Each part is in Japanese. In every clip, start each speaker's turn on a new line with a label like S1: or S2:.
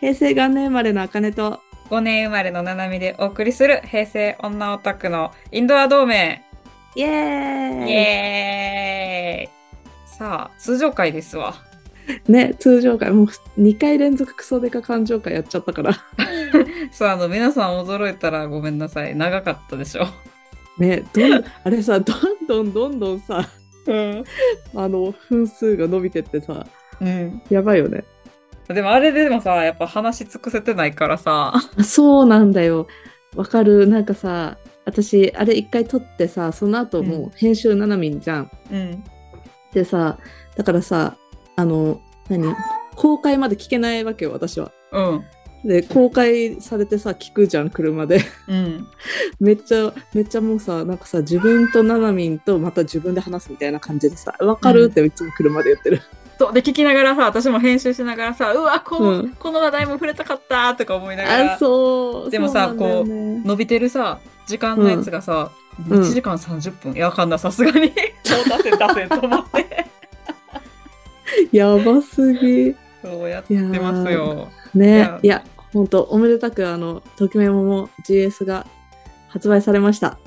S1: 平成元年生まれのあかねと
S2: 5年生まれのななみでお送りする平成女オタクのインドア同盟
S1: イエー
S2: イ
S1: イ
S2: エーイさあ通常回ですわ
S1: ね通常回もう2回連続クソデカ感情会やっちゃったから
S2: そうあの皆さん驚いたらごめんなさい長かったでしょ
S1: ねどんあれさどんどんどんどんさ
S2: うん、
S1: あの分数が伸びてってさやばいよね
S2: でもあれでもさやっぱ話尽くせてないからさ
S1: そうなんだよわかるなんかさ私あれ一回撮ってさその後もう編集ななみんじゃん、
S2: うん
S1: でさだからさあの何公開まで聞けないわけよ私は
S2: うん
S1: で公開されてさ聞くじゃん車で
S2: うん
S1: めっちゃめっちゃもうさなんかさ自分とななみんとまた自分で話すみたいな感じでさ「わかる?」っていつも車で言ってる、
S2: そうで聞きながらさ私も編集しながらさうわこ,、
S1: うん
S2: この話題も触れたかったとか思いながら
S1: あそう
S2: でもさ
S1: そうなんだよね
S2: 伸びてるさ時間のやつがさ、
S1: うん
S2: 1時間30分、いやあかんなさすがにもう出せ出せと思 って
S1: やばすぎ
S2: そうやってますよい
S1: ね
S2: や
S1: いやほんとおめでたくあの「ときめも」も GS が発売されました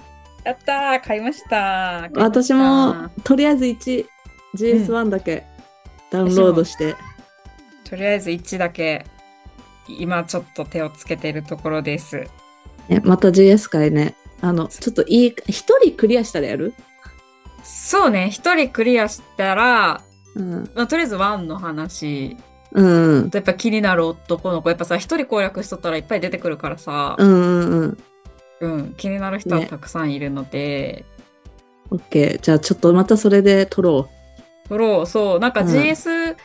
S2: やったー買いました買いました
S1: 私もとりあえず 1GS1 だけダウンロードして、
S2: とりあえず1だけ今ちょっと手をつけてるところです
S1: ね、また GS 会ねあのちょっといい一人クリアしたらやる
S2: そうね1人クリアしたら、
S1: うん
S2: まあ、とりあえず1の話
S1: うん
S2: やっぱ気になる男の子やっぱさ1人攻略しとったらいっぱい出てくるからさ、
S1: うんうんうん
S2: うん、気になる人はたくさんいるので、
S1: オッケーじゃあちょっとまたそれで撮ろ
S2: 撮ろう、そう、なんか
S1: うん
S2: GS、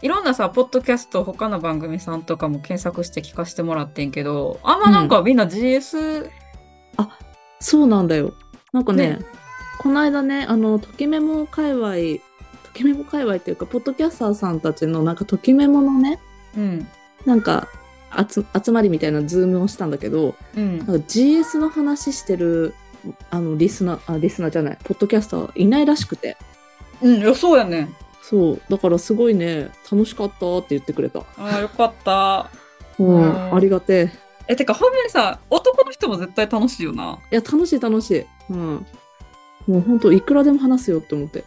S2: いろんなさ、ポッドキャスト、他の番組さんとかも検索して聞かせてもらってんけど、あんまなんかみんな GS、
S1: うそうなんだよなんかね
S2: ね
S1: この間ねあのときメモ界隈ときメモ界隈っていうかポッドキャスターさんたちのなんかときメモのね
S2: うん、
S1: なんか集集まりみたいなズームをしたんだけど
S2: うん、
S1: なんか GS の話してるあのリスナーあリスナーじゃないポッドキャスターいないらしくて
S2: うん、いやそうやねん。
S1: そうだからすごいね楽しかったって言ってくれた
S2: ああ、よかった。
S1: う
S2: うん
S1: んありがてえ
S2: え、てか、ほんまにさ、男の人も絶対楽しいよな。
S1: いや楽しい楽しいうんもうほんといくらでも話すよって思って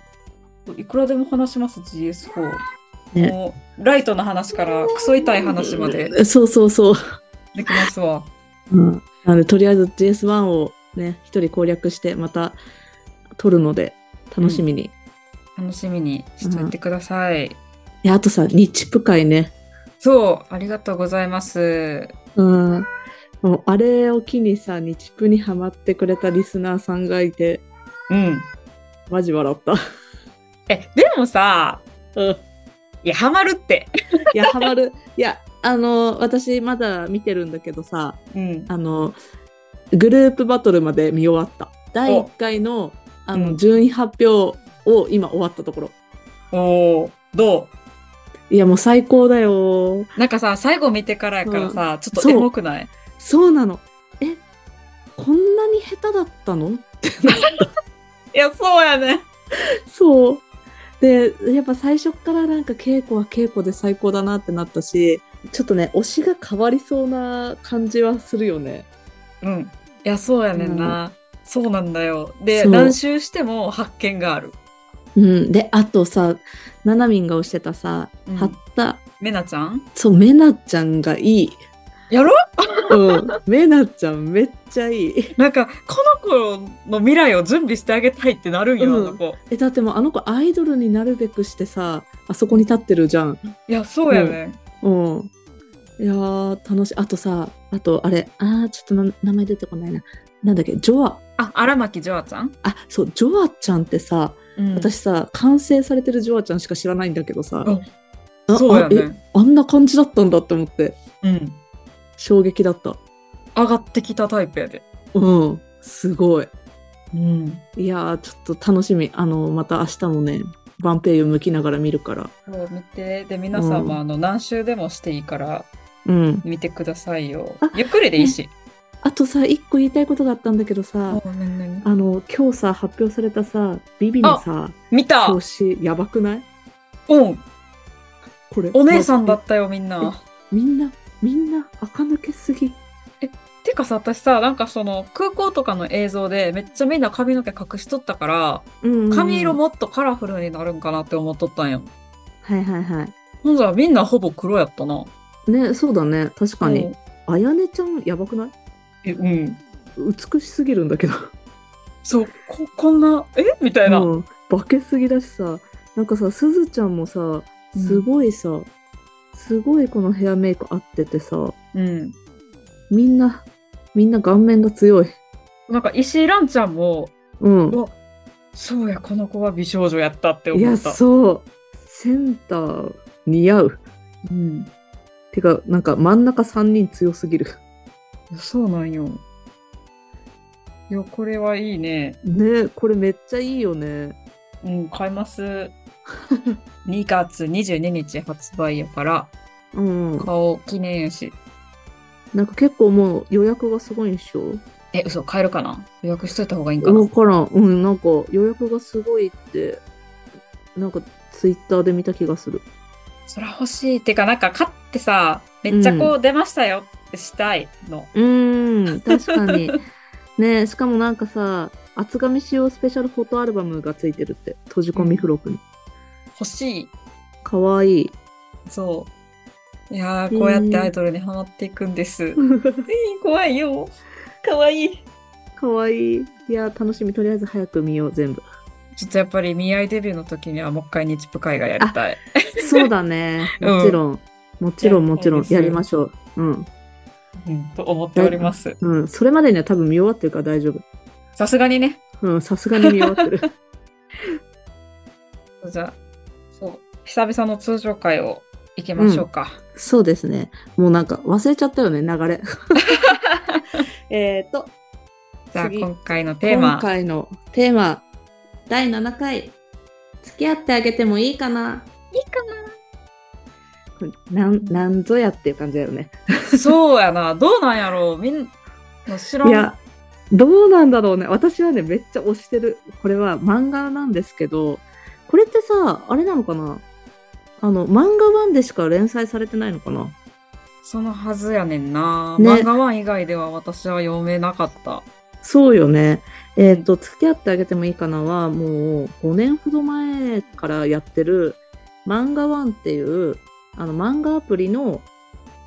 S2: いくらでも話します、GS4。
S1: ね
S2: もう、ライトな話から、クソ痛い話まで
S1: えそうそうそう、
S2: できますわ。
S1: うん、なのでとりあえず GS1 をね一人攻略してまた取るので楽しみに、い
S2: 楽しみにしといてください。
S1: やあとさ日チップ会ね
S2: そう、ありがとうございます。
S1: うんもうあれを機にさ日チップにハマってくれたリスナーさんがいて
S2: うん。
S1: マジ笑った
S2: え、でもさ、
S1: うん
S2: いや、ハマるって。
S1: いや、ハマる。いや、あの、私まだ見てるんだけどさ、
S2: うん。
S1: あの、グループバトルまで見終わった。第1回のあの、
S2: うん
S1: 順位発表を今終わったところ。
S2: おお、ど
S1: いや、もう最高だよ。
S2: うなんかさ、最後見てからやからさ、ちょっと
S1: そう
S2: エモくない
S1: そうなの。え、こんなに下手だったの
S2: いや、そうやね。
S1: そう。で、やっぱ最初っからなんか稽古は稽古で最高だなってなったし、ちょっとね、推しが変わりそうな感じはするよね。
S2: うん。いや、そうやねんな。そうなんだよ。で、
S1: そう
S2: 何周しても発見がある。
S1: うん、であとさななみんが推してたさ、
S2: うん
S1: 貼った
S2: めなちゃん
S1: そうめなちゃんがいい、
S2: やろ
S1: うん、めなちゃんめっちゃいい
S2: なんか、この子の未来を準備してあげたいってなるんよ、
S1: うん
S2: あの子。
S1: えだってもうあの子アイドルになるべくしてさあそこに立ってるじゃん
S2: いや、そうやね。
S1: うんいやー楽しいあとさあとあれあーちょっとな名前出てこないななんだっけジョア
S2: あ、荒牧ジョアちゃん、
S1: あそうジョアちゃんってさ、
S2: うん、
S1: 私さ完成されてるジョアちゃんしか知らないんだけどさ
S2: うん
S1: あ
S2: そうや
S1: あえ
S2: ね。
S1: あんな感じだったんだって思って
S2: うん。
S1: 衝撃だった
S2: 上がってきたタイプやで。
S1: うん、すごい。
S2: うん。
S1: いやー、ちょっと楽しみ。あの、また明日もね、バンペイユ向きながら見るから。
S2: そう見てで皆さんも、
S1: うん
S2: あの何周でもしていいから
S1: うん。
S2: 見てくださいよ
S1: あ
S2: ゆっくりでいいし、
S1: あとさ、一個言いたいことがあったんだけどさ、
S2: ごめんね
S1: あの、今日さ、発表されたさ、ビビのさ、
S2: 見た
S1: 表紙、やばくない
S2: うん
S1: これ。
S2: お姉さんだ
S1: ま
S2: ったよみんな
S1: みんな、みんな垢抜けすぎ。
S2: てかさ、私さ、なんかその空港とかの映像でめっちゃみんな髪の毛隠しとったから、
S1: うん
S2: 髪色。もっとカラフルになるんかなって思っとったんよ。
S1: はいはいは
S2: ほんじゃみんなほぼ黒やったな。
S1: い。ね、そうだね。確か
S2: う
S1: に
S2: ん。
S1: あやねちゃん、やばくない
S2: え、うん。
S1: 美しすぎるんだけど。
S2: そう、こ、こんな、えみたいな。
S1: うん、化けすぎだしさなんかさすずちゃんもさすごいさ、すごいこのヘアメイク合っててさ
S2: うん。
S1: みんなみんな顔面が強い
S2: なんか石井蘭ちゃんも、
S1: うん
S2: うわ、そうや、この子は美少女やったって
S1: い
S2: 思
S1: や
S2: った。
S1: そうセンター似合う
S2: うん。
S1: てかなんか真ん中3人強すぎる
S2: そうなんよ。いや、これはいいね。
S1: ねこれめっちゃいいよね
S2: うん、買い ます。2月22日発売やから、
S1: うん
S2: 顔記念やし。
S1: なんか結構もう予約がすごいんでしょ
S2: え、嘘、買えるかな予約しといた方がいいんかな
S1: 分からんうんなんか予約がすごいってなんかツイッターで見た気がする
S2: そら欲しい。てか、なんか買ってさ、めっちゃこう出ましたよってしたいの。
S1: うーん確かに ねしかもなんかさ厚紙仕様スペシャルフォトアルバムがついてるって閉じ込み付録に
S2: 欲しい。
S1: かわいい
S2: そう。いやー、こうやってアイドルにハマ っていくんです。えー怖いよ。かわいい。
S1: かわいいいや楽しみとりあえず早く見よう全部
S2: ちょっとやっぱり、見合いデビューの時には、もう一回日プ会がやりたい。
S1: そうだね
S2: う ん
S1: もちろん、もちろんもちろん
S2: いやいいです
S1: やりましょううん
S2: うん、と思っております。
S1: うんそれまでには多分見終わってるから大丈夫
S2: さすがにね。
S1: うんさすがに見終わってる
S2: じゃあ、そう。久々の通常会を行きましょうか。
S1: そうですねもうなんか忘れちゃったよね流れ えっと
S2: じゃあ、
S1: 次
S2: 今回のテーマ
S1: 今。回のテーマ第7回付き合ってあげてもいいかない
S2: いか
S1: なんなんぞやっていう感じだよね
S2: な そうやな。どうなんやろう。みんな知らん。
S1: いやどうなんだろうね私はねめっちゃ推してるこれは漫画なんですけどこれってさあれなのかなあの漫画版でしか連載されてないのかな
S2: そのはずやねんな。
S1: ね
S2: 漫画ワン以外では私は読めなかった。
S1: そうよねえっ、と付き合ってあげてもいいかなはもう5年ほど前からやってる漫画ワンっていうあの漫画アプリの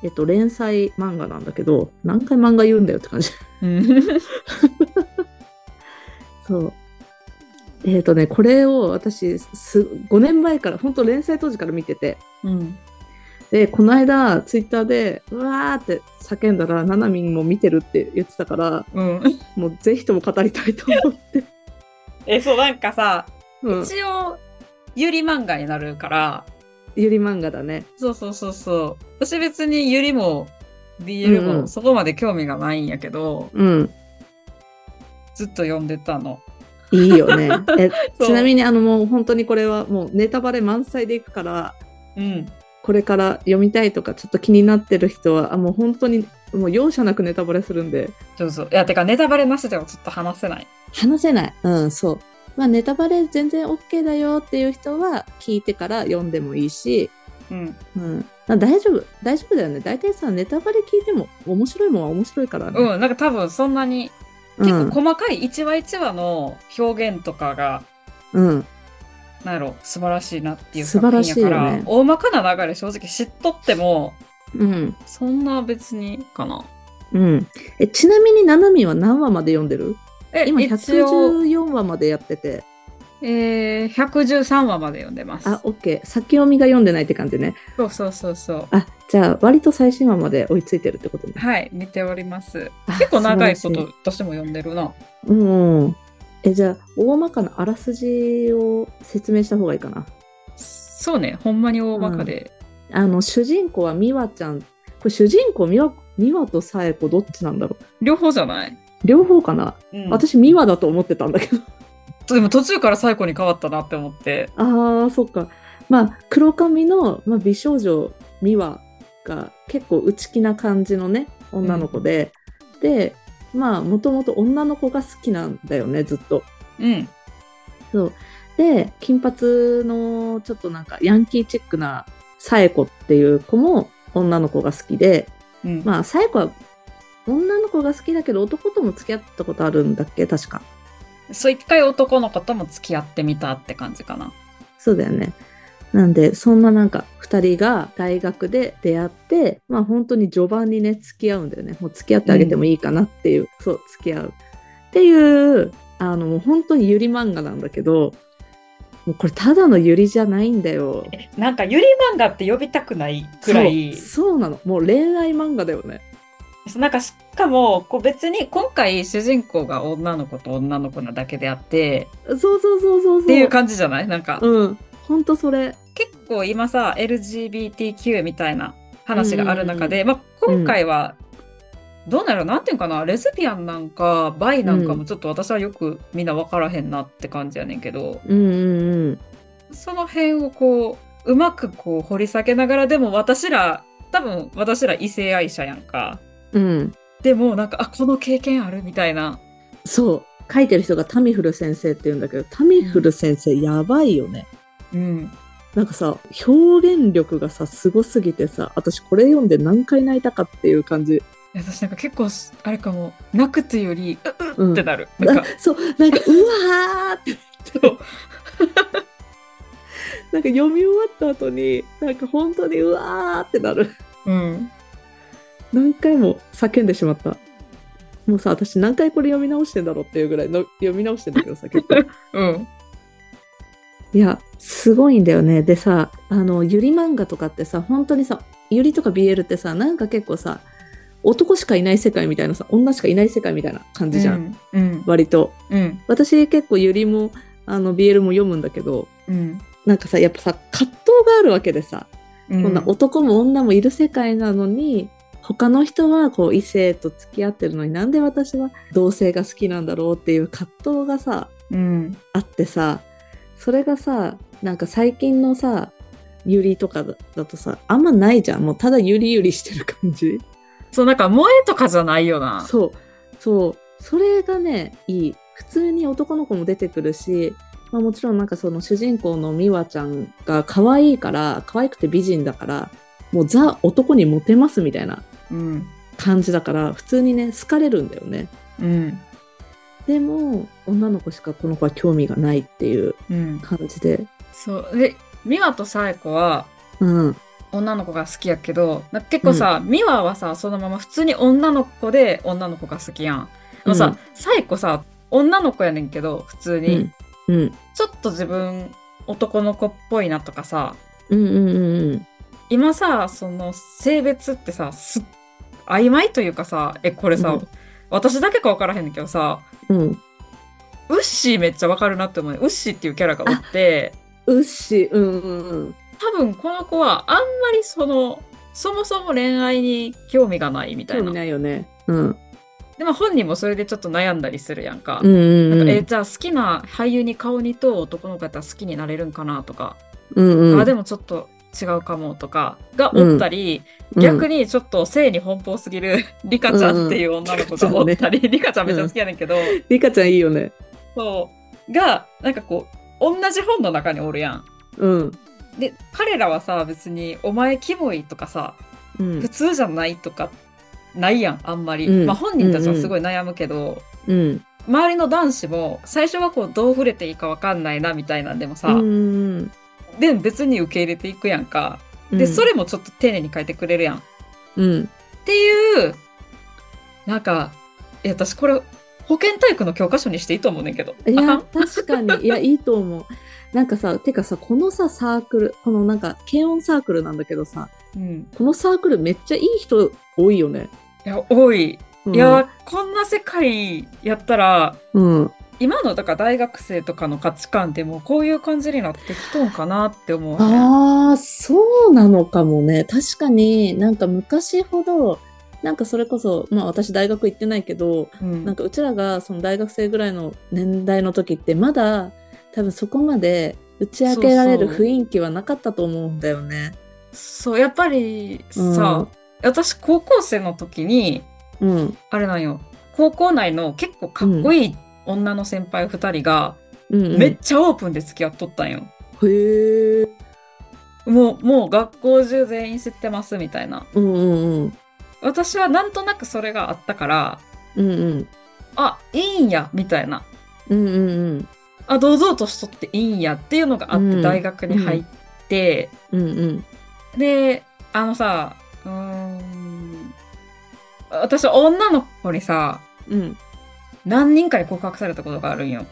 S1: えっと連載漫画なんだけど何回漫画言うんだよって感じ
S2: うん。
S1: そう。えっ、とね、これを私す、5年前から、本当連載当時から見てて、
S2: うん。
S1: で、この間、ツイッターで、うわーって叫んだら、ななみんも見てるって言ってたから、
S2: うん。
S1: もうぜひとも語りたいと思って。
S2: え、そう、なんかさ、
S1: うん、
S2: 一応、ゆり漫画になるから、
S1: ゆり漫画だね。
S2: そうそうそうそう。私別にゆりも BL
S1: うんう
S2: も
S1: ん
S2: そこまで興味がないんやけど、
S1: うん。
S2: ずっと読んでたの。
S1: いいよ ね。え
S2: そう
S1: ちなみに、あの、もう本当にこれは、もうネタバレ満載でいくから、
S2: うん。
S1: これから読みたいとか、ちょっと気になってる人は、あもう本当に、もう容赦なくネタバレするんで、
S2: そうそう。いや、てかネタバレなしではちょっと話せない。
S1: 話せない。うん、そう。まあ、ネタバレ全然 OK だよっていう人は聞いてから読んでもいいし、
S2: うん。
S1: うん、まあ大丈夫、大丈夫だよね。大体さ、ネタバレ聞いても面白いもんは面白いからね。
S2: うん。なんか多分そんなに、
S1: う
S2: 結
S1: ん、
S2: 構細かい一話一話の表現とかが、
S1: うん、
S2: なんやろ、素晴らしいなっていう
S1: 素
S2: 作
S1: 晴らしい
S2: 品や
S1: よね
S2: から、大まかな流れ正直知っとっても、
S1: うん、
S2: そんな別にかな。
S1: うん。え、ちなみに、ななみは何話まで読んでる
S2: え、
S1: 今、
S2: 一応、
S1: 114話までやってて、
S2: えー、113話まで読んでます。
S1: あ、OK。先読みが読んでないって感じね。
S2: そうそうそうそう。
S1: あ、じゃあ、割と最新話まで追いついてるってことね。
S2: はい、見ております。
S1: あ
S2: 結構長いこ
S1: 素晴らし
S2: と私も読んでるな。
S1: うん。え、じゃあ、大まかなあらすじを説明した方がいいかな。
S2: そうね、ほんまに大まかで。
S1: あの、主人公は美和ちゃん。これ、主人公美和、美和と冴子どっちなんだろう。
S2: 両方じゃない、
S1: 両方かな。
S2: うん
S1: 私、美和だと思ってたんだけど。
S2: でも途中から最後に変わったなって思って。
S1: ああ、そっか。まあ、黒髪の、まあ、美少女美和が結構内気な感じのね、女の子で。で、まあ、もともと女の子が好きなんだよね、ずっと。
S2: うん。
S1: そう。で、金髪のちょっとなんかヤンキーチックなサエコっていう子も女の子が好きで、
S2: うん。
S1: まあ、サエコは女の子が好きだけど男とも付き合ったことあるんだっけ確か。
S2: そう、一回男の子とも付き合ってみたって感じかな。
S1: そうだよね。なんで、そんななんか、二人が大学で出会って、まあ本当に序盤にね、付き合うんだよね。もう付き合ってあげてもいいかなっていう、そう、付き合う。っていう、あの、もう本当にゆり漫画なんだけど、もうこれただのゆりじゃないんだよ。
S2: なんか、ゆり漫画って呼びたくないくらい、
S1: そうそうなの。もう恋愛漫画だよね。
S2: なんか、しかも、こう別に今回主人公が女の子と女の子なだけであって、
S1: そうそうそうそうそう。っ
S2: っていう感じじゃないなんか、
S1: うん。本当それ。
S2: 結構今さ LGBTQ みたいな話がある中で、まあ、今回はどうなるなんていうんかなレズビアンなんかバイなんか
S1: う
S2: もちょっと私はよくみんな分からへんなって感じやねんけど、
S1: うんうんうん。
S2: その辺をこううまくこう掘り下げながらでも私ら多分私ら異性愛者やんか
S1: うん、
S2: でもなんかあこの経験あるみたいな
S1: そう書いてる人がタミフル先生って言うんだけどタミフル先生やばいよね、
S2: うん
S1: なんかさ表現力がさすごすぎてさ私これ読んで何回泣いたかっていう感じ、
S2: 私なんか結構しあれかも泣くというより
S1: う、
S2: うんってなる、なんか
S1: そうなんかうわーって
S2: そう
S1: なんか読み終わった後になんか本当にうわーってなる
S2: うん
S1: 何回も叫んでしまったもうさ私何回これ読み直してんだろうっていうぐらいの読み直してんだけどさ 結構
S2: うん
S1: いや、すごいんだよね。でさ、あの、ゆり漫画とかってさ、本当にさ、ゆりとか BL ってさ、なんか結構さ、男しかいない世界みたいなさ、女しかいない世界みたいな感じじゃん。
S2: うん
S1: 割と。
S2: うん
S1: 私結構ゆりも、あの、BL も読むんだけど、
S2: うん
S1: なんかさ、やっぱさ、葛藤があるわけでさ、
S2: うん
S1: こんな男も女もいる世界なのに、他の人はこう異性と付き合ってるのになんで私は同性が好きなんだろうっていう葛藤がさ、
S2: うん
S1: あってさそれがさなんか最近のさゆりとかだだとさあんまないじゃんもうただゆりゆりしてる感じ
S2: そうなんか萌えとかじゃないよな
S1: そうそうそれがねいい普通に男の子も出てくるし、まあ、もちろんなんかその主人公の美和ちゃんが可愛いから可愛くて美人だからもうザ男にモテますみたいな
S2: うん
S1: 感じだから普通にね好かれるんだよね
S2: うん
S1: でも女の子しかこの子は興味がないっていう
S2: うん
S1: 感じで
S2: そうで美和とサエコは
S1: うん
S2: 女の子が好きやけどなんか結構さ、美和はさそのまま普通に女の子で女の子が好きやんでもさ、サエコさ女の子やねんけど普通に、
S1: うんうん
S2: ちょっと自分男の子っぽいなとかさ
S1: うんうんうんうん
S2: 今さその性別ってさすっ曖昧というかさえこれさ、
S1: うん
S2: 私だけか分からへんねんけどさ
S1: うん。
S2: ウッシーめっちゃわかるなって思うねウッシーっていうキャラがおって
S1: うっし、うんうん
S2: 多分この子はあんまりそのそもそも恋愛に興味がないみたい
S1: 興
S2: な
S1: 味ないよね。うん。
S2: でも本人もそれでちょっと悩んだりするやんか,、
S1: うんうんう
S2: なん
S1: ん。
S2: かえじゃあ好きな俳優に顔似とう男の子やったら好きになれるんかなとか、
S1: うんうん。
S2: あでもちょっと違うかもとかがおったり、逆にちょっと性に奔放すぎる リカちゃんっていう女の子がおったり、リカちゃんめっちゃ好きやねんけど、
S1: うん。リカちゃんいいよね。
S2: そうがなんかこう同じ本の中におるやん。
S1: うん。
S2: で彼らはさ別に「お前キモい」とかさ
S1: う
S2: 「
S1: ん
S2: 普。通じゃない」とかないやんあんまり、
S1: うん
S2: まあ本人たちはすごい悩むけど、
S1: うん。
S2: 周りの男子も最初はこうどう触れていいかわかんないなみたいなんでもさ、
S1: うん
S2: で別に受け入れていくやんかで、そ。れもちょっと丁寧に書いてくれるやん
S1: うん。
S2: っていう、なんか、いや私これ、保健体育の教科書にしていいと思うねんけど。
S1: い
S2: あか
S1: や
S2: ん、
S1: 確かに。いや、いいと思う。なんかさ、てかさ、このさ、サークル、このなんか、軽音サークルなんだけどさ、
S2: うん。
S1: このサークルめっちゃいい人多いよね。
S2: いや、多い。
S1: うん
S2: いや、こんな世界やったら、
S1: うん。
S2: 今のだから大学生とかの価値観でもこういう感じになってきとんかなって思う、ね。
S1: ああ、そうなのかもね。確かになんか昔ほど、なんかそれこそ、まあ私大学行ってないけど、
S2: うん
S1: なんかうちらがその大学生ぐらいの年代の時ってまだ多分そこまで打ち明けられる
S2: そうそう
S1: 雰囲気はなかったと思うんだよね。
S2: そう、やっぱり
S1: うん
S2: さ、私高校生の時に、
S1: うん。
S2: あれなんよ、高校内の結構かっこいい女の先輩二人が、
S1: うんうん、
S2: めっちゃオープンで付き合っとったんよ。
S1: へえ。
S2: もう、もう学校中全員知ってますみたいな。
S1: うんうんうん。
S2: 私はなんとなくそれがあったから、
S1: うんうん
S2: あ、いいんや、みたいな。
S1: うんうん
S2: あ、堂々としとっていいんやっていうのがあっ
S1: うん
S2: て、大学に入って、
S1: うんうんうん
S2: で、あのさ、うーん、私女の子にさ、
S1: うん
S2: 何人かに告白されたことがあるんよ。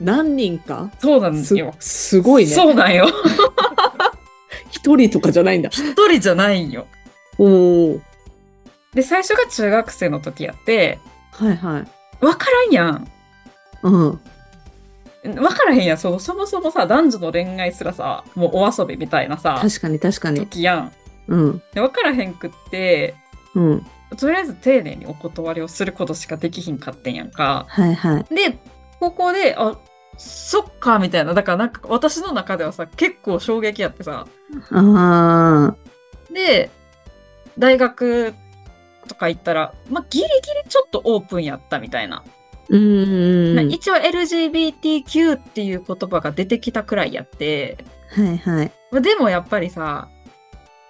S1: 何人か
S2: そうなんです
S1: す
S2: よ。
S1: すごいね
S2: そうなんよ。
S1: 一人とかじゃないんだ
S2: 一人じゃないんよ。
S1: おお
S2: で、最初が中学生の時やって、
S1: はいはい
S2: わからんやん。
S1: うん
S2: わからへんやん。そうそもそもさ、男女の恋愛すらさ、もうお遊びみたいなさ、
S1: 確かに確かに
S2: 時やん。
S1: うん
S2: で、わからへんくって、
S1: うん
S2: とりあえず丁寧にお断りをすることしかできひんかってんやんか。
S1: はいはい
S2: で、ここで、あ、そっか、みたいな。だからなんか私の中ではさ、結構衝撃やってさ。
S1: あ
S2: で、大学とか行ったら、まあ、ギリギリちょっとオープンやったみたいな。
S1: ーうんうんうん
S2: 一応 LGBTQ っていう言葉が出てきたくらいやって、
S1: はいはい
S2: まあでもやっぱりさ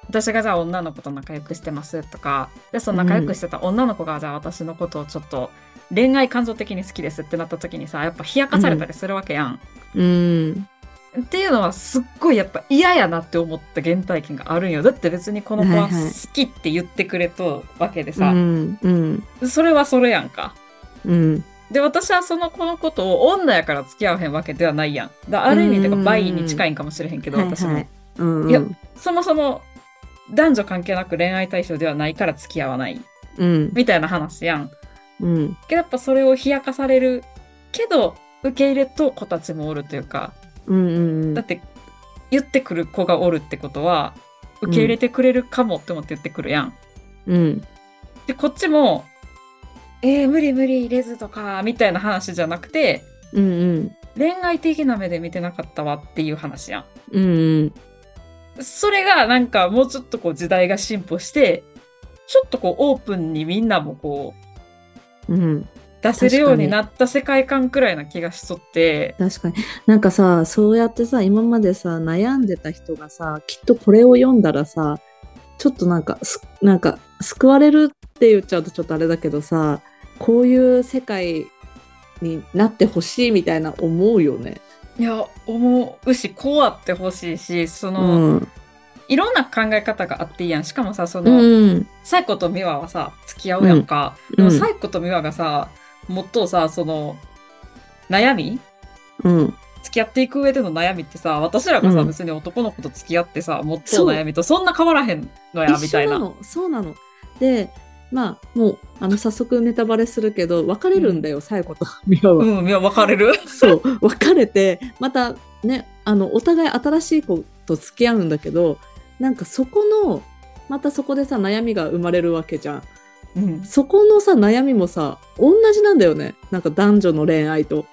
S2: 私がじゃあ女の子と仲良くしてますとかでその仲良くしてた女の子がじゃあ私のことをちょっと恋愛感情的に好きですってなった時にさやっぱ冷やかされたりするわけやん。
S1: うん
S2: っていうのはすっごいやっぱ嫌やなって思った原体験があるんよだって別にこの子は
S1: はいはい
S2: 好きって言ってくれとわけで
S1: う
S2: さ、
S1: んうん
S2: それはそれやんか。
S1: うん
S2: で私はその子のことを女やから付き合わへんわけではないやん。だからある意味
S1: うん
S2: だから倍に近いんかもしれへんけど、
S1: はい
S2: 私も、
S1: はいうん
S2: いや
S1: うん
S2: そもそも男女関係なく恋愛対象ではないから付き合わない
S1: うん
S2: みたいな話やん。
S1: うん
S2: けどやっぱそれを冷やかされるけど受け入れと子たちもおるというか
S1: うんうん
S2: だって言ってくる子がおるってことは受け入れてくれるかもって思って言ってくるやん。
S1: うん
S2: でこっちも「えー、無理無理レズとか」みたいな話じゃなくて
S1: うんうん
S2: 恋愛的な目で見てなかったわっていう話やん。
S1: うん
S2: それがなんかもうちょっとこう時代が進歩して、ちょっとこうオープンにみんなもこう
S1: うん
S2: 出せるようになった世界観くらいな気がしとって、
S1: 確かになんかさそうやってさ今までさ悩んでた人がさきっとこれを読んだらさちょっとなんかすなんか救われるって言っちゃうとちょっとあれだけどさこういう世界になってほしいみたいな思うよね。
S2: いや、思うし、こうあってほしいし、そうの、
S1: ん、
S2: いろんな考え方があっていいやん。しかもさ、その、
S1: うん、
S2: サイコとミワはさ、付き合うやんか。
S1: うん
S2: でもサイコとミワがさ、もっとさ、その、悩み
S1: うん、
S2: 付き合っていく上での悩みってさ、私らがさ、
S1: うん
S2: 別に男の子と付き合ってさ、もっとの悩みとそんな変わらへんのや、み
S1: 一
S2: た
S1: 緒
S2: い
S1: な
S2: な。
S1: のそうなの。でまあもうあの早速ネタバレするけど別れるんだよ、サイコとミワは。
S2: うん、いや、別れる。
S1: そう別れてまたねあのお互い新しい子と付き合うんだけどなんかそこのまたそこでさ悩みが生まれるわけじゃん
S2: うん、
S1: そこのさ悩みもさ同じなんだよねなんか男女の恋愛と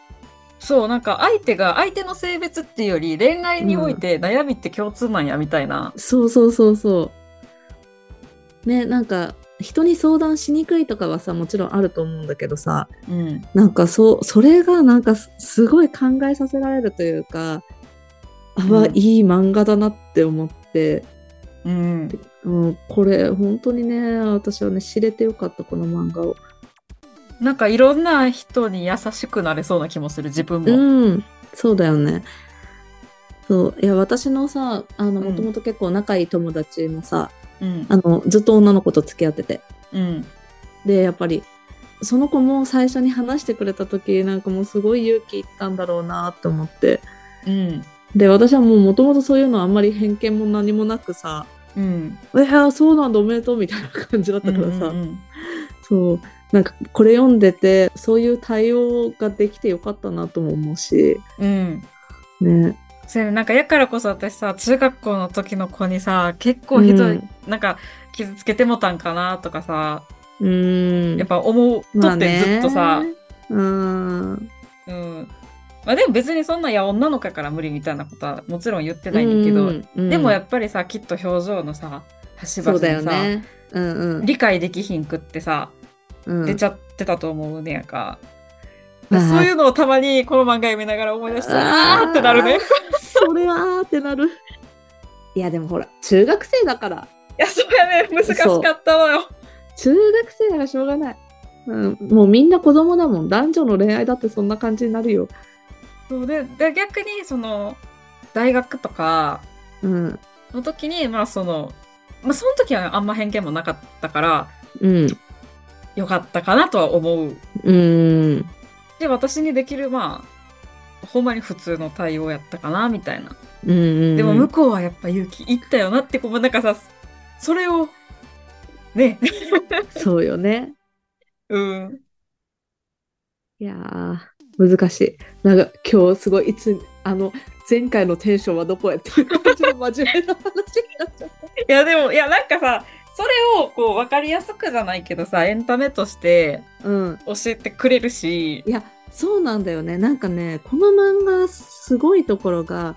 S2: そう、なんか相手が、相手の性別っていうより、恋愛において悩みって共通なんや、みたいな。
S1: そうそうそうそうねなんか人に相談しにくいとかはさもちろんあると思うんだけどさ
S2: うん。
S1: なんかそうそれがなんかすすごい考えさせられるというかあ、わ
S2: うん
S1: いい漫画だなって思って
S2: うん。
S1: うん、これ本当にね私はね知れてよかったこの漫画を。
S2: なんかいろんな人に優しくなれそうな気もする、自分も。
S1: うんそうだよね。そういや私のさあの
S2: うん
S1: もともと結構仲いい友達もさ、
S2: うん。
S1: あのずっと女の子と付き合ってて
S2: うん。
S1: でやっぱりその子も最初に話してくれた時なんかもうすごい勇気いったんだろうなと思って
S2: うん。
S1: で私はもうもともとそういうのあんまり偏見も何もなくさ
S2: うん。
S1: 「えー、そうなんだおめでとう」みたいな感じだったからさ、
S2: うんうん
S1: そうなんかこれ読んでてそういう対応ができてよかったなとも思うし
S2: うん。うん
S1: ね
S2: それでなんかやからこそ私さ中学校の時の子にさ結構ひど
S1: う
S2: い、
S1: ん
S2: なんか傷つけてもたんかなとかさ
S1: うーん
S2: やっぱ思うとってずっとさ、
S1: うーん
S2: うんまあ、でも別にそんないや女の子やから無理みたいなことはもちろん言ってないんだけど、でもや
S1: っ
S2: っぱりさきっと表情のさ端
S1: そ
S2: 々
S1: うだ
S2: に
S1: よ
S2: さ、
S1: ねうんうん
S2: 理解できひんくってさ
S1: うん
S2: 出ちゃってたと思うねやんか、
S1: あー
S2: そういうのをたまにこの漫画読みながら思い出してあ
S1: あー
S2: ーってなるねい
S1: それはあーってなるいやでもほら中学生だから
S2: やそうやね難しかったわよ
S1: 中学生ならしょうがない。うん、もうみんな子供だもん。男女の恋愛だってそんな感じになるよ。
S2: そうでで逆にその大学とか
S1: うん。
S2: の時にまあそのまあその時はあんま偏見もなかったから
S1: うん。
S2: よかったかなとは思う
S1: うん。
S2: で私にできるまあほんまに普通の対応やったかなみたいな
S1: うん。
S2: でも向こうはやっぱ勇気いったよなってこうなんかさそれをね
S1: そうよね。
S2: うん
S1: いやー、難しい。なんか今日すごい、いつ、あの、前回のテンションはどこやっていう感じの真面目な話になっちゃった。
S2: いやでもいやなんかさそれをこう分かりやすくじゃないけどさエンタメとして
S1: うん。
S2: 教えてくれるし
S1: いや、そうなんだよね。なんかね、この漫画すごいところが、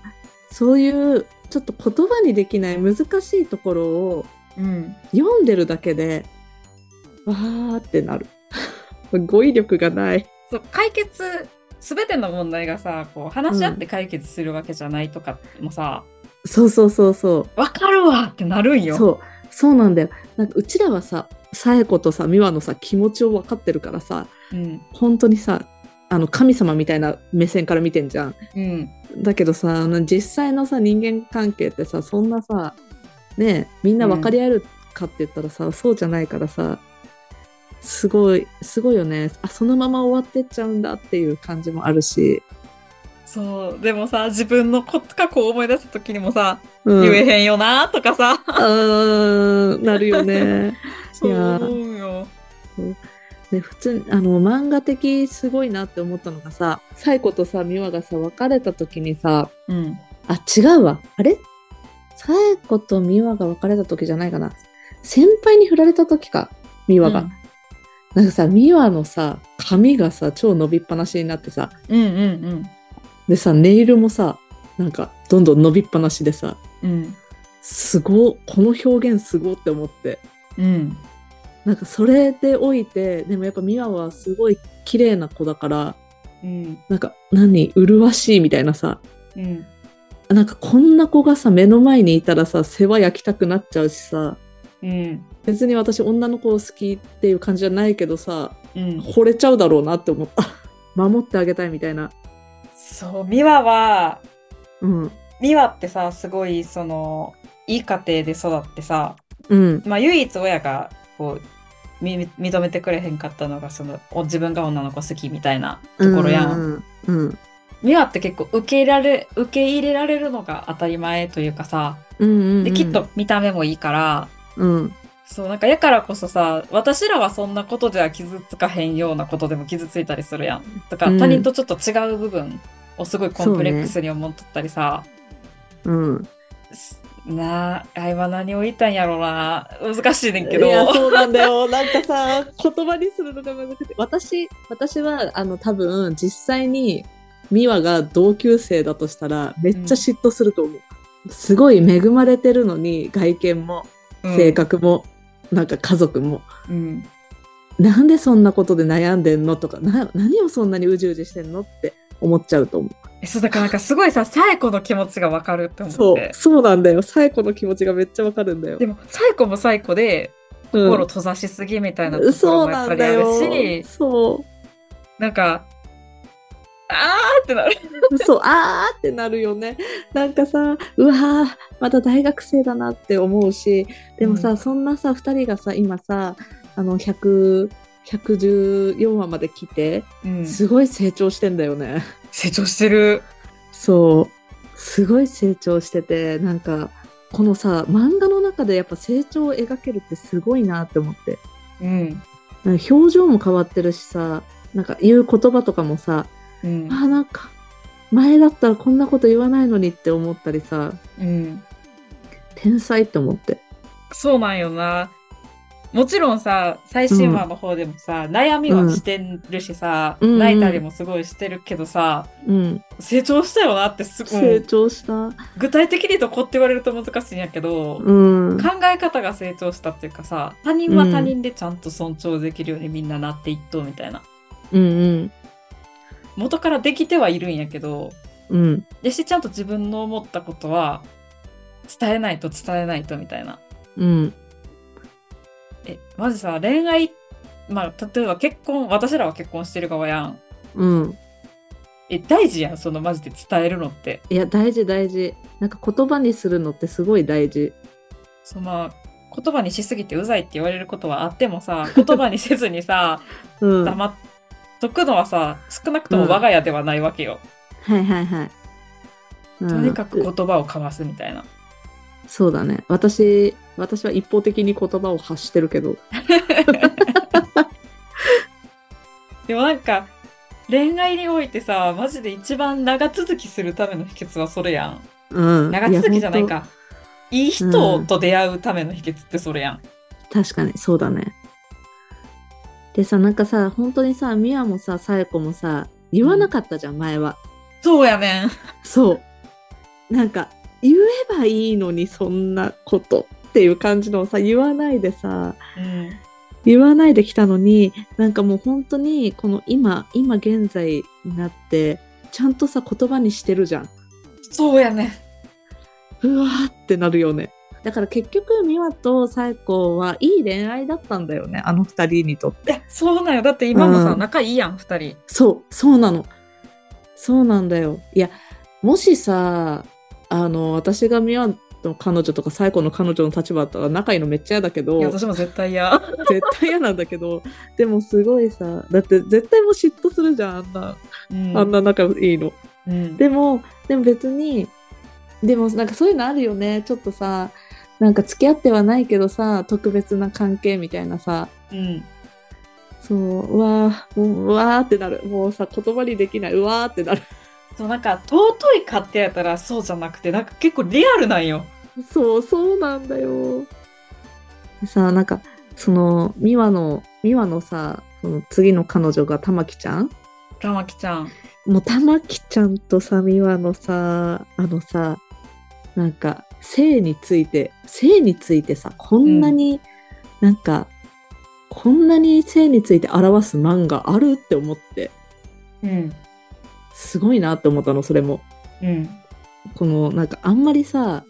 S1: そういうちょっと言葉にできない難しいところを
S2: うん
S1: 読んでるだけで、わーってなる。 語彙力がない。
S2: そう解決全ての問題がさこう話し合って解決するわけじゃないとかもさ、
S1: そうそうそうそう。
S2: 分かるわってなるんよ。
S1: そうそうなんだよなんかうちらはささえことさ美和のさ気持ちを分かってるからさ
S2: うん
S1: 本当にさあの神様みたいな目線から見てんじゃん
S2: うん
S1: だけどさあの実際のさ人間関係ってさそんなさねえみんな分かり合えるかって言ったらさ、そうじゃないからさすごいすごいよねあそのまま終わってっちゃうんだっていう感じもあるし、
S2: そうでもさ自分のこ過去を思い出す時にもさ、
S1: うん、
S2: 言えへんよなとかさ
S1: うーんなるよね。
S2: そう
S1: や
S2: 思うよ。
S1: で普通にあの漫画的すごいなって思ったのがさサイコとさ美和がさ別れた時にさ
S2: うん
S1: あ違うわあれサイコと美和が別れた時じゃないかな先輩に振られた時か美和が、
S2: うん
S1: なんかさ美和のさ髪がさ超伸びっぱなしになってさ
S2: うんうん
S1: でさネイルもさなんかどんどん伸びっぱなしでさ
S2: うんうん
S1: すごこの表現すごって思って
S2: うん
S1: なんかそれでおいてでもやっぱ美和はすごい綺麗な子だから
S2: うん
S1: なんか何麗しいみたいなさ
S2: うん
S1: なんかこんな子がさ目の前にいたらさ世話焼きたくなっちゃうしさ
S2: うん
S1: 別に私女の子を好きっていう感じじゃないけどさ
S2: うん
S1: 惚れちゃうだろうなって思った 守ってあげたいみたいな
S2: そう美和は
S1: うん
S2: 美和ってさすごいそのいい家庭で育ってさ
S1: うん
S2: まあ、唯一親がこうみ認めてくれへんかったのがそのお自分が女の子好きみたいなところやん。
S1: んうん
S2: 美和って結構受け入れられ受け入れられるのが当たり前というかさ
S1: うんうんうん
S2: できっと見た目もいいから、
S1: うん
S2: そうなんかやからこそさ私らはそんなことでは傷つかへんようなことでも傷ついたりするやん。とか
S1: うん
S2: 他人とちょっと違う部分をすごいコンプレックスに思っとったりさ。
S1: うん
S2: すなあ、あ今何を言いたいんやろうな難しいねんけ
S1: い
S2: ど。
S1: やそうなんだよなんか さ言葉にするのが難しい私私はあの多分実際に美和が同級生だとしたらめっちゃ嫉妬すると思う、すごい恵まれてるのに外見も
S2: うん
S1: 性格も、なんか家族も
S2: うん
S1: なんでそんなことで悩んでんのとかな何をそんなにうじうじしてんのって思っちゃうと思う
S2: えそうだからなんかすごいさサエコの気持ちがわかるって思
S1: そ
S2: っ
S1: う
S2: て
S1: そうなんだよサエコの気持ちがめっちゃわかるんだよ
S2: でもサエコもサエコで
S1: うん
S2: 心閉ざしすぎみたいなところもやっぱりある
S1: そうな
S2: し、
S1: んだよそう
S2: なんかあーってなる
S1: そうあーってなるよねなんかさうわーまた大学生だなって思うしでもさ、
S2: うん
S1: そんなさ2人がさ今さあの100 114話まで来て
S2: うん
S1: すごい成長してんだよね、
S2: 成長してる
S1: そうすごい成長しててなんかこのさ漫画の中でやっぱ成長を描けるってすごいなって思って
S2: うん
S1: なんか表情も変わってるしさなんか言う言葉とかもさ
S2: うん
S1: あなんか前だったらこんなこと言わないのにって思ったりさ
S2: うん
S1: 天才って思って
S2: そうなんよなもちろんさ最新話の方でもさ、悩みはしてるしさ、
S1: うん
S2: 泣いたりもすごいしてるけどさ
S1: うん
S2: 成長したよなってすご
S1: 成
S2: い
S1: 長した
S2: 具体的にとこうって言われると難しいんやけど、
S1: うん
S2: 考え方が成長したっていうかさ他人は他人でちゃんと尊重できるようにみんななっていっとうみたいな
S1: うん
S2: 元からできてはいるんやけど
S1: うんうん
S2: やしちゃんと自分の思ったことは伝えないと伝えないとみたいな
S1: うん
S2: えまずさ、恋愛、まあ、例えば結婚、私らは結婚してる側やん。
S1: うん。
S2: え、大事やん、そのマジで伝えるのって。
S1: いや、大事大事。なんか言葉にするのってすごい大事。
S2: そのまあ、言葉にしすぎてうざいって言われることはあってもさ、言葉にせずにさ、
S1: うん。は
S2: 黙っとくのはさ、少なくとも我が家ではないわけよ。
S1: いはいはい。うん
S2: とにかく言葉を交わすみたいな。
S1: そうだね。私、私は一方的に言葉を発してるけど。
S2: でもなんか、恋愛においてさ、マジで一番長続きするための秘訣はそれやん。
S1: うん。
S2: 長続きじゃない
S1: や。
S2: か。いい人と出会うための秘訣ってそれやん。
S1: 本当確かに、そうだね。でさ、なんかさ、本当にさ、ミアもさ、サエコもさ、言わなかったじゃん、前は。
S2: そうやねん。
S1: そう。なんか、言えばいいのに、そんなことっていう感じのをさ、言わないでさ、
S2: うん。
S1: 言わないできたのに、なんかもう本当に、この今、今現在になって、ちゃんとさ、言葉にしてるじゃん。
S2: そうやねん。
S1: うわーってなるよね。だから結局、美和とサ子はいい恋愛だったんだよね、あの二人にとって。
S2: そうなんよ。だって今もさ、
S1: うん
S2: 仲いいやん、二人。
S1: そう、そうなの。そうなんだよ。いや、もしさ、あの、私が美和の彼女とかサ子の彼女の立場だったら仲いいのめっちゃ嫌だけど
S2: いや、、私も絶対嫌。
S1: 絶対嫌なんだけど、でもすごいさ、だって絶対もう嫉妬するじゃん、あんな、
S2: うん
S1: あんな仲いいの。
S2: うん。
S1: でも、でも別に、でもなんかそういうのあるよね。ちょっとさ、なんか付き合ってはないけどさ、特別な関係みたいなさ、
S2: うん。
S1: そう、うわー、もううわーってなる。もうさ、言葉にできない、うわーってなる。
S2: そう、なんか、尊いかってやったらそうじゃなくて、なんか結構リアルなんよ。
S1: そう、そうなんだよ。さ、なんか、その、美和の、美和のさ、その次の彼女が玉木ちゃん
S2: 玉木ちゃん。
S1: もう玉木ちゃんとさ美和のさあのさなんか性について性についてさこんなに、なんかこんなに性について表す漫画あるって思って
S2: うん。
S1: すごいなって思ったのそれも
S2: うん。
S1: このなんかあんまりさ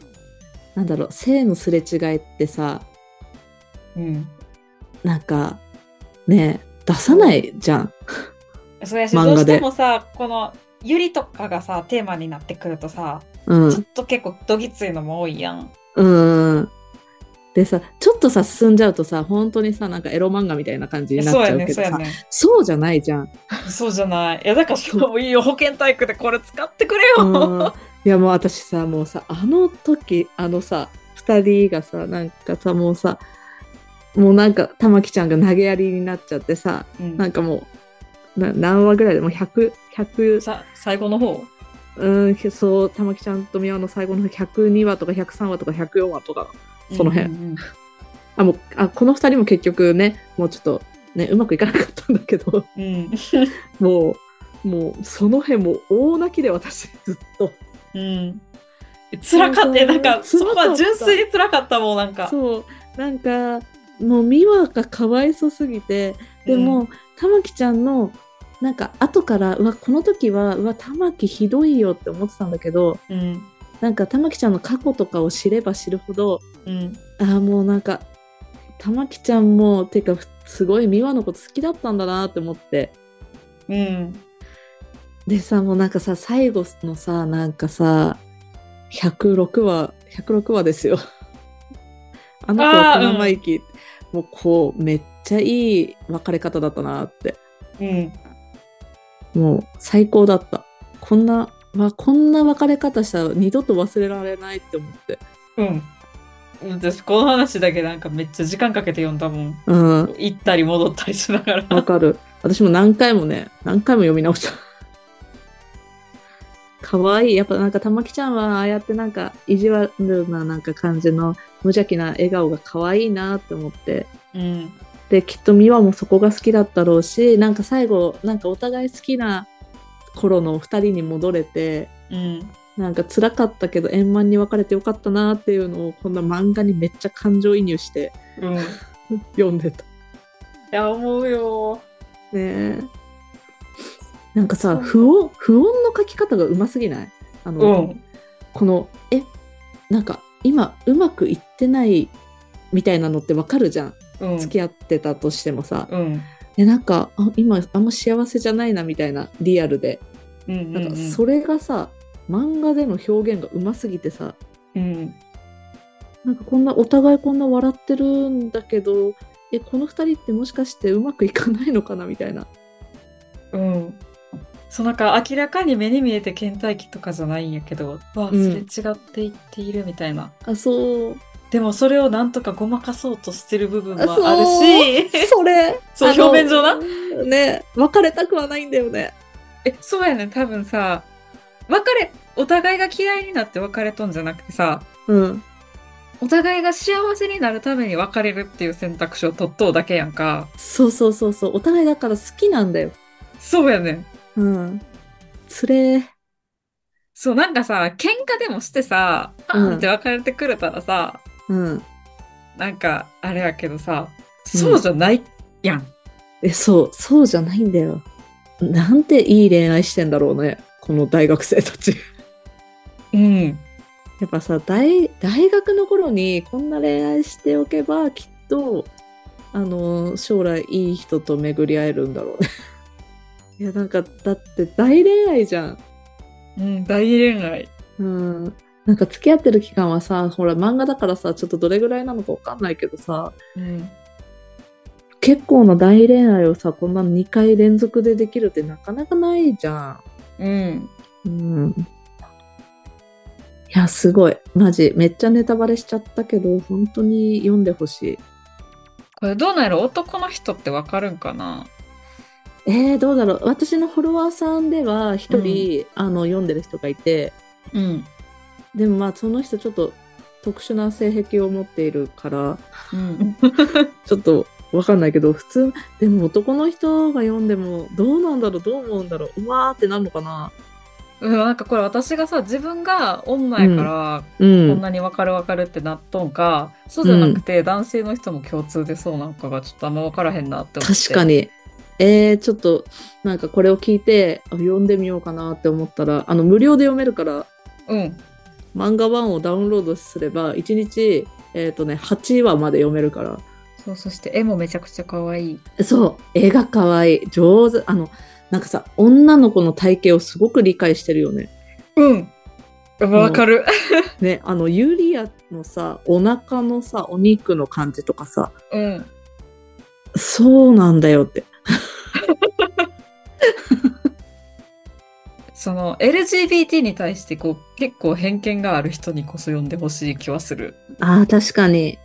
S1: なんだろう性のすれ違いってさ
S2: うん。
S1: なんかね出さないじゃん
S2: そうやし、
S1: 漫
S2: どう
S1: 画
S2: し
S1: で
S2: てもさ、この、ゆりとかがさ、テーマになってくるとさ、
S1: うん
S2: ちょっと結構どぎついのも多いやん。
S1: うん。でさ、ちょっとさ、進んじゃうとさ、本当にさ、なんかエロ漫画みたいな感じになっち
S2: そう
S1: ゃ
S2: や
S1: う
S2: ね、
S1: け
S2: そ
S1: ど
S2: う
S1: さ、
S2: や
S1: そう
S2: ね。
S1: じゃないじゃん。
S2: そうじゃない。いや、だからしかもいいよ、保健体育でこれ使ってくれよ。
S1: うん いや、もう私さ、もうさ、あの時、あのさ、二人がさ、なんかさ、もうさ、もうなんか、玉木ちゃんが投げやりになっちゃってさ、
S2: うん
S1: なんかもう、な何話ぐらいでもう100、100、
S2: さ最後の方
S1: うん、そう、玉木ちゃんと宮尾の最後の102話とか103話とか104話とかその辺
S2: うんうんうん
S1: あもうあこの2人も結局ねもうちょっとねうまくいかなかったんだけど
S2: うん
S1: もうもうその辺もう大泣きで私ずっと
S2: うん。辛かった。なんか、そ
S1: 辛か
S2: こ
S1: った
S2: は純粋に辛かったもん、なんか。
S1: そうなんかもう美和がかわいそすぎてでも、玉木ちゃんのなんか後からうわこの時はうわ玉木ひどいよって思ってたんだけど
S2: うん、うん。
S1: なんか玉木ちゃんの過去とかを知れば知るほど
S2: うん。
S1: あーもうなんか玉木ちゃんもてかすごい美和のこと好きだったんだなって思って。
S2: うん。
S1: でさもうなんかさ最後のさなんかさ106話106話ですよ あの子は
S2: あーう
S1: この
S2: ん
S1: 生意気、もうこうめっちゃいい別れ方だったなって
S2: うん。
S1: もう最高だったこんな、まあ、こんな別れ方したら二度と忘れられないって思って
S2: うん。私、この話だけなんかめっちゃ時間かけて読んだもん。
S1: うん
S2: 行ったり戻ったりしながら。
S1: わかる私も何回もね何回も読み直した 可愛いやっぱなんか玉木ちゃんはああやってなんか意地悪ななんか感じの無邪気な笑顔が可愛いなって思って
S2: うん。
S1: できっと美和もそこが好きだったろうしなんか最後なんかお互い好きな頃の2人に戻れて
S2: うん。
S1: なんか辛かったけど円満に別れてよかったなっていうのをこんな漫画にめっちゃ感情移入して
S2: うん。い
S1: 読んでた
S2: や、思うよ。
S1: ねえなんかさ
S2: そう
S1: 不穏不穏の書き方がうますぎないあ
S2: う
S1: の、
S2: ん。
S1: このえなんか今うまくいってないみたいなのってわかるじゃん
S2: うん、
S1: 付き合ってたとしてもさ、
S2: うん
S1: えなんかあ今あんま幸せじゃないなみたいなリアルで
S2: うん
S1: なんかそれがさ漫画での表現がうますぎてさ
S2: うん
S1: なんかこんなお互いこんな笑ってるんだけどえこの2人ってもしかしてうまくいかないのかなみたいな
S2: うんそうなんか明らかに目に見えて倦怠期とかじゃないんやけどうわす
S1: うん
S2: れ違っていっているみたいな、
S1: あ そう
S2: でもそれをなんとかごまかそうとしてる部分
S1: あ
S2: は
S1: そう
S2: あるし
S1: それ
S2: そう
S1: あの
S2: 表面上な
S1: ね別れたくはないんだよね
S2: えそうやねん多分さ別れお互いが嫌いになって別れとんじゃなくてさ
S1: うん
S2: お互いが幸せになるために別れるっていう選択肢を取っとうだけやんか
S1: そうそうそうそうお互いだから好きなんだよ
S2: そうやねん
S1: うんつれー
S2: そうなんかさ喧嘩でもしてさパ
S1: う
S2: ー
S1: ん
S2: ンって別れてくれたらさ、
S1: うん
S2: なんかあれやけどさそうじゃないやん、
S1: えそうそうじゃないんだよなんていい恋愛してんだろうねこの大学生たち
S2: うん。
S1: やっぱさ大大学の頃にこんな恋愛しておけばきっとあの将来いい人と巡り合えるんだろうね いやなんかだって大恋愛じゃん
S2: うん、大恋愛。
S1: うんなんか付き合ってる期間はさほら漫画だからさちょっとどれぐらいなのかわかんないけどさ
S2: うん。
S1: 結構な大恋愛をさこんな2回連続でできるってなかなかないじゃん
S2: うん。
S1: うんいや、すごい。マジ。めっちゃネタバレしちゃったけど、本当に読んでほし。
S2: これどうなんやろ男の人ってわかるんかな
S1: え
S2: い
S1: ー、どうだろう。私のフォロワーさんでは、一人、あの、読んでる人がいて、
S2: うん。
S1: でもまあ、その人ちょっと特殊な性癖を持っているから、
S2: うん。
S1: ちょっとわかんないけど、普通、でも男の人が読んでも、どうなんだろう、どう思うんだろう、うわーってなるのかな。
S2: うん、なんかこれ私がさ、自分が女やから、
S1: う
S2: こん
S1: ん。
S2: なにわかるわかるってなっとんか、そうじゃなくて、男性の人も共通でそうなんかがちょっとあんまわからへんなって思って。
S1: 確か。に。えー、ちょっと、なんかこれを聞いて、あ読んでみようかなって思ったら、あの、無料で読めるから、
S2: うん。
S1: 漫画版をダウンロードすれば1日、えーとね、8話まで読めるから
S2: そう、そして絵もめちゃくちゃ可愛い。
S1: そう絵が可愛い上手あのなんかさ女の子の体型をすごく理解してるよね。
S2: うん。わかる。
S1: ねあのユリアのさお腹のさお肉の感じとかさ
S2: うん。
S1: そうなんだよって。
S2: その LGBT に対してこう結構偏見がある人にこそ読んでほしい気はする。
S1: あー確かに。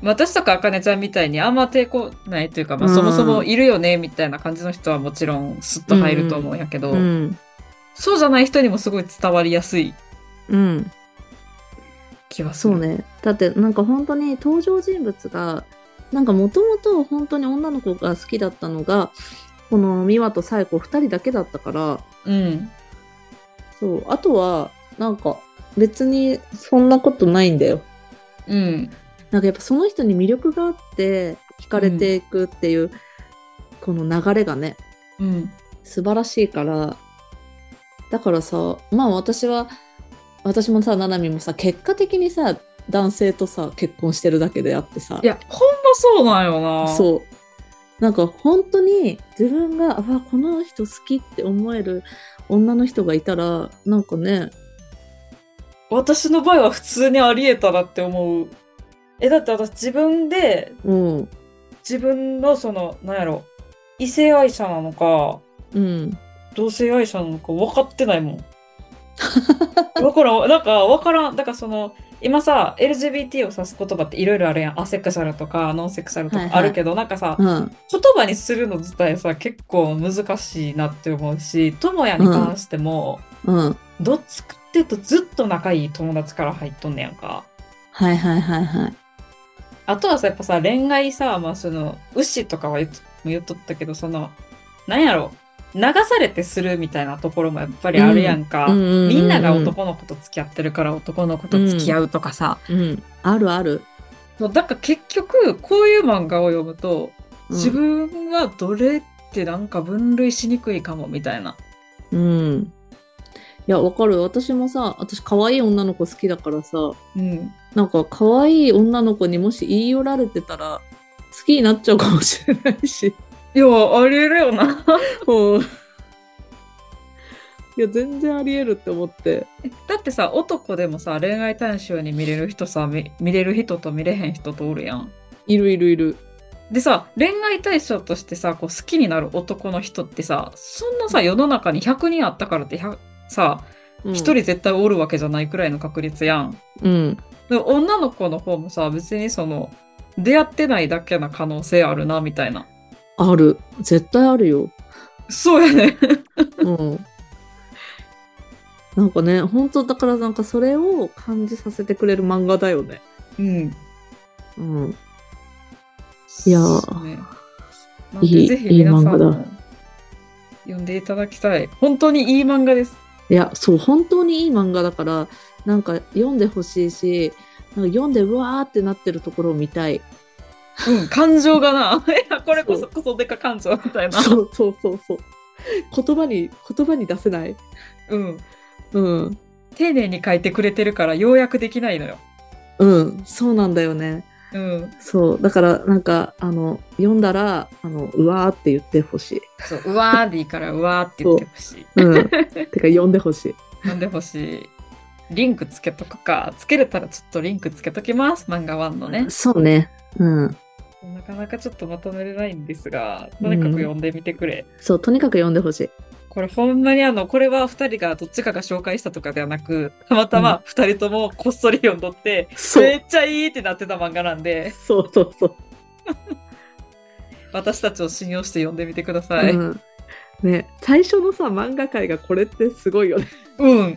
S2: まあ私とかあかねちゃんみたいにあんま抵抗ないというか、まあ、
S1: うん
S2: そもそもいるよねみたいな感じの人はもちろんスッと入ると思うんやけど、
S1: うん。
S2: そうじゃない人にもすごい伝わりやすい
S1: うん。
S2: 気はす
S1: そ
S2: る。
S1: うね。だってなんか本当に登場人物がなんかもともと本当に女の子が好きだったのがこの美和と冴子2人だけだったから。
S2: うん。
S1: そう。あとは、なんか、別にそんなことないんだよ。
S2: うん。
S1: なんかやっぱその人に魅力があって、惹かれていくっていう、この流れがね、
S2: うん。
S1: 素晴らしいから。だからさ、まあ私は、私もさ、ななみもさ、結果的にさ、男性とさ、結婚してるだけであってさ
S2: い、や、ほんまそうなんよな。う。
S1: そう。なんか本当に自分が、あ、この人好きって思える女の人がいたら、なんかね、
S2: 私の場合は普通にありえたらって思う。え、だって私自分で
S1: うん、
S2: 自分のその、なんやろ、異性愛者なのか、
S1: うん。
S2: 同性愛者なのか分かってないもん。 だからなんか分からんだからその今さ LGBT を指す言葉っていろいろあるやんアセクシャルとかノンセクシャルと
S1: はい
S2: か
S1: はい
S2: あるけど、なんかさ、
S1: うん、
S2: 言葉にするの自体さ結構難しいなって思うし智也に関しても、
S1: うん。
S2: どっちかっていうとずっと仲いい友達から入っとんねやんか。
S1: はいはいはいはい。
S2: あとはさやっぱさ恋愛さまあその牛とかは言っと言っとったけどそのなんやろ流されてするみたいなところもやっぱりあるやんか。
S1: うんうんうんうん
S2: みんなが男の子と付き合ってるから男の子と付き合うとかさ、
S1: うん。あるある。
S2: そうだから結局こういう漫画を読むと
S1: うん
S2: 自分はどれってなんか分類しにくいかもみたいな。
S1: うん。いや、わかる。私もさ、私、可愛い女の子好きだからさ、
S2: うん、
S1: なんか可愛い女の子にもし言い寄られてたら好きになっちゃうかもしれないし。
S2: いや、ありえるよな。
S1: うんいや全然ありえるって思って
S2: だってさ、男でもさ、恋愛対象に見れる人さ、見見れる人と見れへん人とおるやん。
S1: いるいるいる
S2: でさ、恋愛対象としてさ、こう好きになる男の人ってさ、そんなさ、世の中に100人あったからって、100さ、
S1: 一、うん、
S2: 1人絶対おるわけじゃないくらいの確率やん。
S1: うん
S2: で女の子の方もさ、別にその、出会ってないだけな可能性あるな、みたいな。
S1: ある絶対あるよ
S2: そうやね。
S1: うん なんかね本当だからなんかそれを感じさせてくれる漫画だよね
S2: うん。
S1: うんいやー
S2: そうねなんで
S1: いい
S2: ぜひ皆さん
S1: いい漫
S2: も
S1: 画だ
S2: 読んでいただきたい。本当にいい漫画です。
S1: いやそう本当にいい漫画だからなんか読んでほしいしなんか読んでうわーってなってるところを見たい
S2: うん、感情がな。 いやこれこ
S1: そ
S2: そこそでか感情み たいな。
S1: そうそうそうそう言葉に言葉に出せない
S2: うん。
S1: うん
S2: 丁寧に書いてくれてるから、ようやくできないのよ。
S1: うんそうなんだよね
S2: うん。
S1: そうだからなんかあの読んだらあのうわーって言ってほしい
S2: そう、うわーでいいから、うわーって言ってほしい。
S1: うん てか読んでほしい
S2: なんでほしい。リンクつけとくか。つけれたらちょっとリンクつけときます。漫画1のね。
S1: そうねうん
S2: なかなかちょっとまとめれないんですが、とにかく読んでみてくれ。
S1: そう、とにかく読んでほしい。
S2: これほんまにあの、これは2人がどっちかが紹介したとかではなく、たまたま2人ともこっそり読んどって、
S1: そ
S2: め
S1: う。
S2: っちゃいいってなってた漫画なんで、
S1: そうそうそう。
S2: 私たちを信用して読んでみてください。う。
S1: うんんね、最初のさ、漫画界がこれってすごいよね。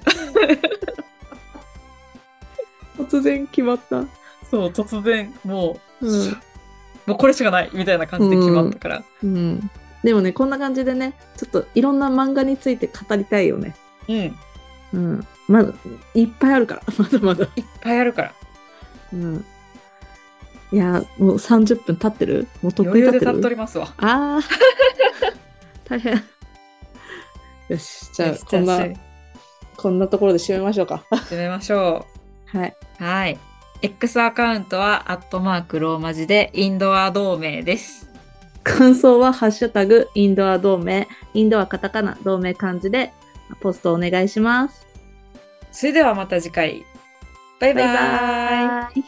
S1: 突然決まった。
S2: そう、突然、もう、
S1: うん
S2: もうこれしかないみたいな感じで決まったから。
S1: うん。でもね、こんな感じでね、ちょっといろんな漫画について語りたいよね。
S2: うん。いっ
S1: うん。まだ、いっぱいあるから、 まだまだ。
S2: ぱいあるから。
S1: うん。いや、もう30分経ってるもうとっく
S2: 余
S1: に
S2: 裕
S1: 経って
S2: で立っと
S1: る
S2: りますわ。
S1: ああ。 大変。よし、じゃあ、こんな、こんなところで締めましょうか。
S2: 始めましょ
S1: はい。
S2: う。 はい。X アカウントは、アットマークローマ字で、インドア同盟です。
S1: 感想は「ハッシュタグインドア同盟」インドアカタカナ同盟漢字でポストお願いします。
S2: それではまた次回。バイバイ。
S1: イ